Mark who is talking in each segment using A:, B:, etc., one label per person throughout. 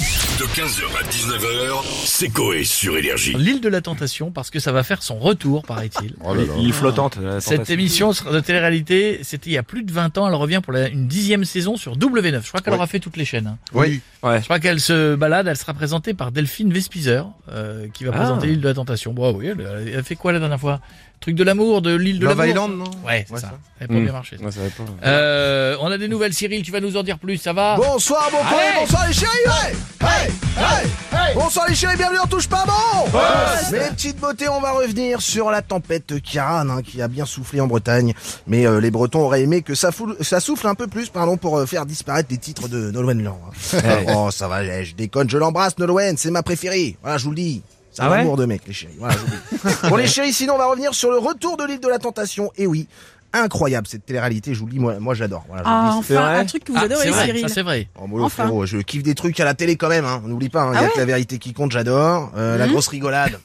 A: De 15h à 19h, c'est Coé sur Énergie.
B: L'île de la tentation, parce que ça va faire son retour, paraît-il.
C: Oh là là.
D: L'île flottante. la
B: Cette
D: tentation.
B: émission sera de télé-réalité, c'était il y a plus de 20 ans, elle revient pour la- une dixième saison sur W9. Je crois qu'elle aura fait toutes les chaînes. hein.
C: Oui.
D: Ouais.
B: Je crois qu'elle se balade, elle sera présentée par Delphine Vespizer, euh, qui va
D: Ah.
B: présenter l'île de la tentation. Bon, ah oui, elle, elle a fait quoi la dernière fois Truc de l'amour, de l'île de
C: Love
B: l'amour
C: Island, non
B: Ouais, c'est ça.
C: Ouais, ça. Hmm.
B: Elle a pas
D: Mm.
B: bien marché. ça.
D: Ouais, ça va pas.
B: Euh, on a des nouvelles, Cyril, tu vas nous en dire plus, ça va
C: Bonsoir, bon coin,
B: Allez
C: bonsoir les chéris, ouais Hey, hey, Bonsoir les chéris, bienvenue, on touche pas bon Mais les petites beautés, on va revenir sur la tempête Kiran, hein, qui a bien soufflé en Bretagne. Mais euh, les Bretons auraient aimé que ça, foule- ça souffle un peu plus, pardon, pour euh, faire disparaître les titres de Nolwenn Land. hein. oh, ça va, je je déconne, je l'embrasse Nolwenn, c'est ma préférée. Voilà, je vous le dis. C'est un
D: Ah ouais
C: amour de mec, les chéris. Voilà, je vous le dis. Bon les chéris, sinon on va revenir sur le retour de l'île de la tentation. Et oui, incroyable cette télé-réalité, je vous le dis, moi, moi j'adore. Voilà, je vous le
E: Ah,
C: dis,
D: c'est
E: enfin,
D: vrai
E: un truc que vous
B: Ah,
E: adorez,
B: c'est vrai,
E: Cyril.
B: ça c'est vrai.
C: Oh, mollo,
E: Enfin.
C: frérot, je kiffe des trucs à la télé quand même, hein. N'oublie pas, il
E: Ah
C: y a
E: ouais
C: que la vérité qui compte, j'adore. Euh, La
E: Mhm.
C: grosse rigolade,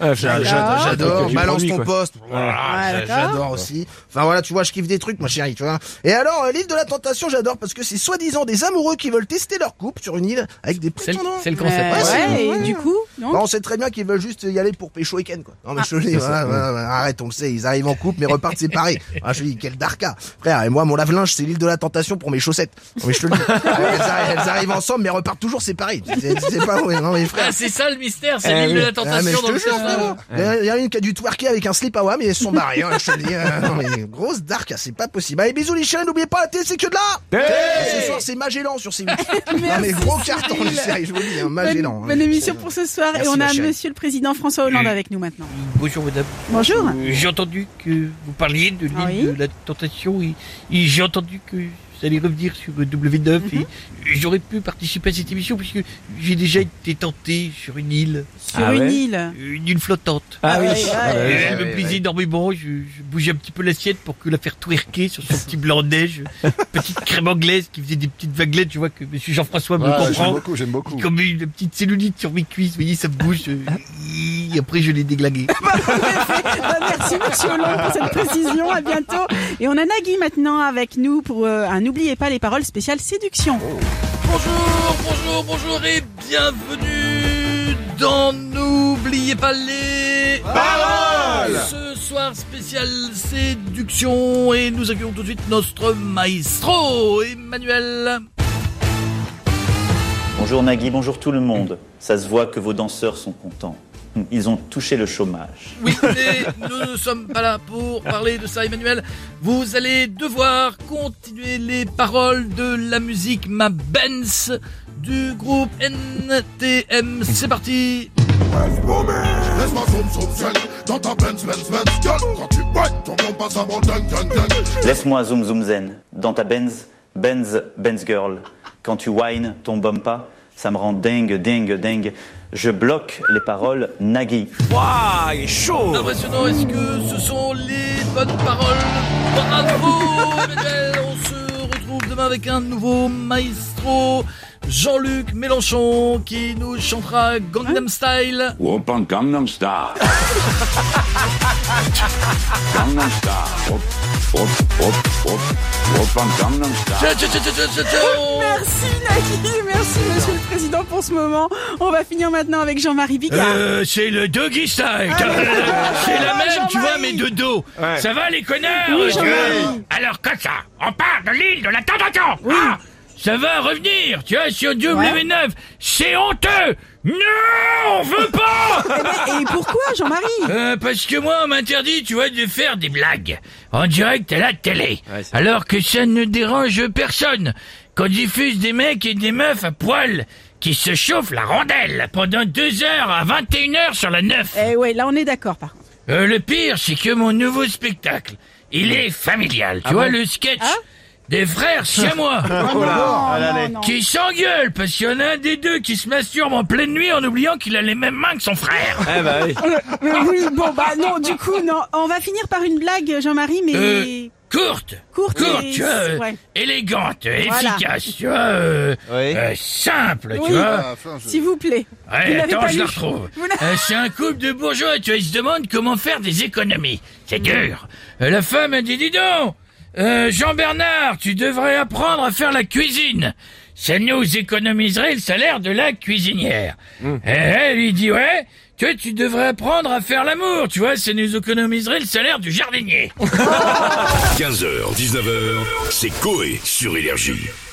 D: Ouais,
C: j'a-
D: ouais.
C: j'a-
E: D'accord.
D: Truc
C: Ah, j'adore.
D: Ah, du
C: Balance
D: produit,
C: ton
D: quoi.
C: poste,
E: Ouais,
C: voilà, j'a-
E: d'accord.
C: j'adore aussi. Enfin voilà, tu vois, je kiffe des trucs, ma chérie, tu vois. Et alors, euh, l'île de la tentation, j'adore parce que c'est soi-disant des amoureux qui veulent tester leur couple sur une île avec des
B: C'est le,
C: prétendants.
B: c'est le concept.
E: Euh, Ouais,
C: Ouais,
E: ouais,
C: c'est-
E: et du coup, non
C: Bah, on sait très bien qu'ils veulent juste y aller pour pécho et ken, quoi. Non, mais
E: Ah.
C: je te le dis, voilà, voilà, voilà, arrête, on le sait, ils arrivent en couple, mais repartent séparés. Ah, je te dis, quel darka. Frère, et moi, mon lave-linge, c'est l'île de la tentation pour mes chaussettes. Non, mais je te le dis. elles, arri- elles arrivent ensemble, mais repartent toujours séparés. C'est c'est pas vrai, non, mais frère.
B: Ah, c'est ça le mystère, c'est
D: Eh
B: l'île
D: oui.
B: de la
C: Ah, mais
B: tentation
C: je
B: dans
C: te
B: le
C: jure,
B: film.
C: frérot. Il y en a- il y en a une qui a dû twerker avec un slip à WAM et elles se sont barrées. hein, je te le dis, euh, non, mais grosse darka, c'est pas possible. Allez, bisous les chiens, n'oubliez pas la télé, c'est que de là. Et Ce soir, c'est Magellan sur C8. non, mais gros carton, les séries, je vous le dis, hein,
E: Bonne,
C: Magellan. hein.
E: bonne émission pour ce soir
C: Merci,
E: et on
C: ma
E: a
C: chérie.
E: Monsieur le Président François Hollande avec nous maintenant.
B: Bonjour madame.
E: Bonjour.
B: Euh, J'ai entendu que vous parliez de l'île
E: Oui.
B: de la tentation et, et j'ai entendu que vous allez revenir sur euh, W9 et j'aurais pu participer à cette émission puisque j'ai déjà été tenté sur une île,
E: Sur
D: Ah
E: une
D: ouais
E: île.
B: une île flottante.
D: Ah oui.
E: Ah ouais,
D: Ah
B: Et
D: ouais.
B: elle me plaisait énormément, je, je bougeais un petit peu l'assiette pour que la faire twerker sur son petit blanc de neige, petite crème anglaise qui faisait des petites vaguelettes, je vois que monsieur Jean-François me
F: Ouais, Ah, j'aime
B: comprend.
F: beaucoup, j'aime beaucoup.
B: Comme une petite cellulite sur mes cuisses, vous voyez, ça me bouge. euh,
D: Ah.
B: et après, je l'ai déglagué.
E: Bah, Merci Monsieur Hollande pour cette précision. À bientôt. Et on a Nagui maintenant avec nous pour euh, un N'oubliez pas les paroles spéciales séduction.
B: Oh. Bonjour, bonjour, bonjour et bienvenue dans N'oubliez pas les paroles Ce soir spécial séduction et nous accueillons tout de suite notre maestro Emmanuel.
G: Bonjour Nagui, bonjour tout le monde. Ça se voit que vos danseurs sont contents. Ils ont touché le chômage.
B: Oui, mais nous ne sommes pas là pour parler de ça, Emmanuel. Vous allez devoir continuer les paroles de la musique Ma Benz du groupe NTM. C'est parti
H: Laisse ma soum soum sel dans ta Benz Benz Benz gueule Quand tu boites, ton nom passe à mon ding ding ding
G: Laisse-moi zoom zoom zen. Dans ta Benz, Benz, Benz girl. Quand tu whines, ton bumpa, ça me rend dingue, dingue, dingue. Je bloque les paroles Nagui.
D: Ouah, il est chaud.
B: Impressionnant, est-ce que ce sont les bonnes paroles Bravo Emmanuel On se retrouve demain avec un nouveau maestro, Jean-Luc Mélenchon, qui nous chantera Gangnam Style.
I: 오빤 강남스타 강남스타 오빤 강남스타
B: Tcha, tcha, tcha, tcha, tcha, tcha.
E: Merci Nagui, merci Monsieur le Président pour ce moment. On va finir maintenant avec Jean-Marie Bigard. Ah,
B: Euh, c'est le doggy style. c'est la même, tu vois, mais de dos. Ça va, les connards
E: Oui,
B: tu vois
E: Jean-Marie.
B: Alors, comme ça, on part de l'île de la tentation. Ah, ça va revenir, tu vois, sur W9. C'est honteux. Non, on veut pas.
E: Eh ben, Et pourquoi Jean-Marie
B: Euh, parce que moi, on m'interdit, tu vois, de faire des blagues en direct à la télé. alors que ça ne dérange personne. Qu'on diffuse des mecs et des meufs à poil qui se chauffent la rondelle pendant 2 heures à 21h sur la 9.
E: Eh ouais, là on est d'accord par contre.
B: Euh, le pire, c'est que mon nouveau spectacle, il est familial. Tu vois, le sketch
E: Ah
B: des frères siamois
E: non, non, non.
B: Ah, qui s'engueulent parce qu'il y en a un des deux qui se masturbe en pleine nuit en oubliant qu'il a les mêmes mains que son frère.
D: Eh bah oui.
E: Mais oui, bon bah non, du coup non. On va finir par une blague Jean-Marie, mais
B: Euh, courte,
E: courte.
B: courte,
E: et-
B: tu vois, euh,
E: ouais.
B: élégante,
E: Voilà.
B: efficace, tu vois, euh,
D: Oui.
B: euh, simple,
E: Oui.
B: tu vois.
E: S'il vous plaît.
B: Ah, Ouais,
E: Vous l'avez
B: attends,
E: pas
B: je la
E: lu.
B: retrouve.
E: Vous l'avez-
B: Euh, c'est un couple de bourgeois, tu vois, ils se demandent comment faire des économies. C'est dur. Euh, la femme a dit, dis donc, euh, Jean-Bernard, tu devrais apprendre à faire la cuisine. ça nous économiserait le salaire de la cuisinière.
E: Hum.
B: Et elle lui dit, ouais, tu, tu devrais apprendre à faire l'amour, tu vois, ça nous économiserait le salaire du jardinier.
A: 15h, 19h, c'est Coé sur Énergie.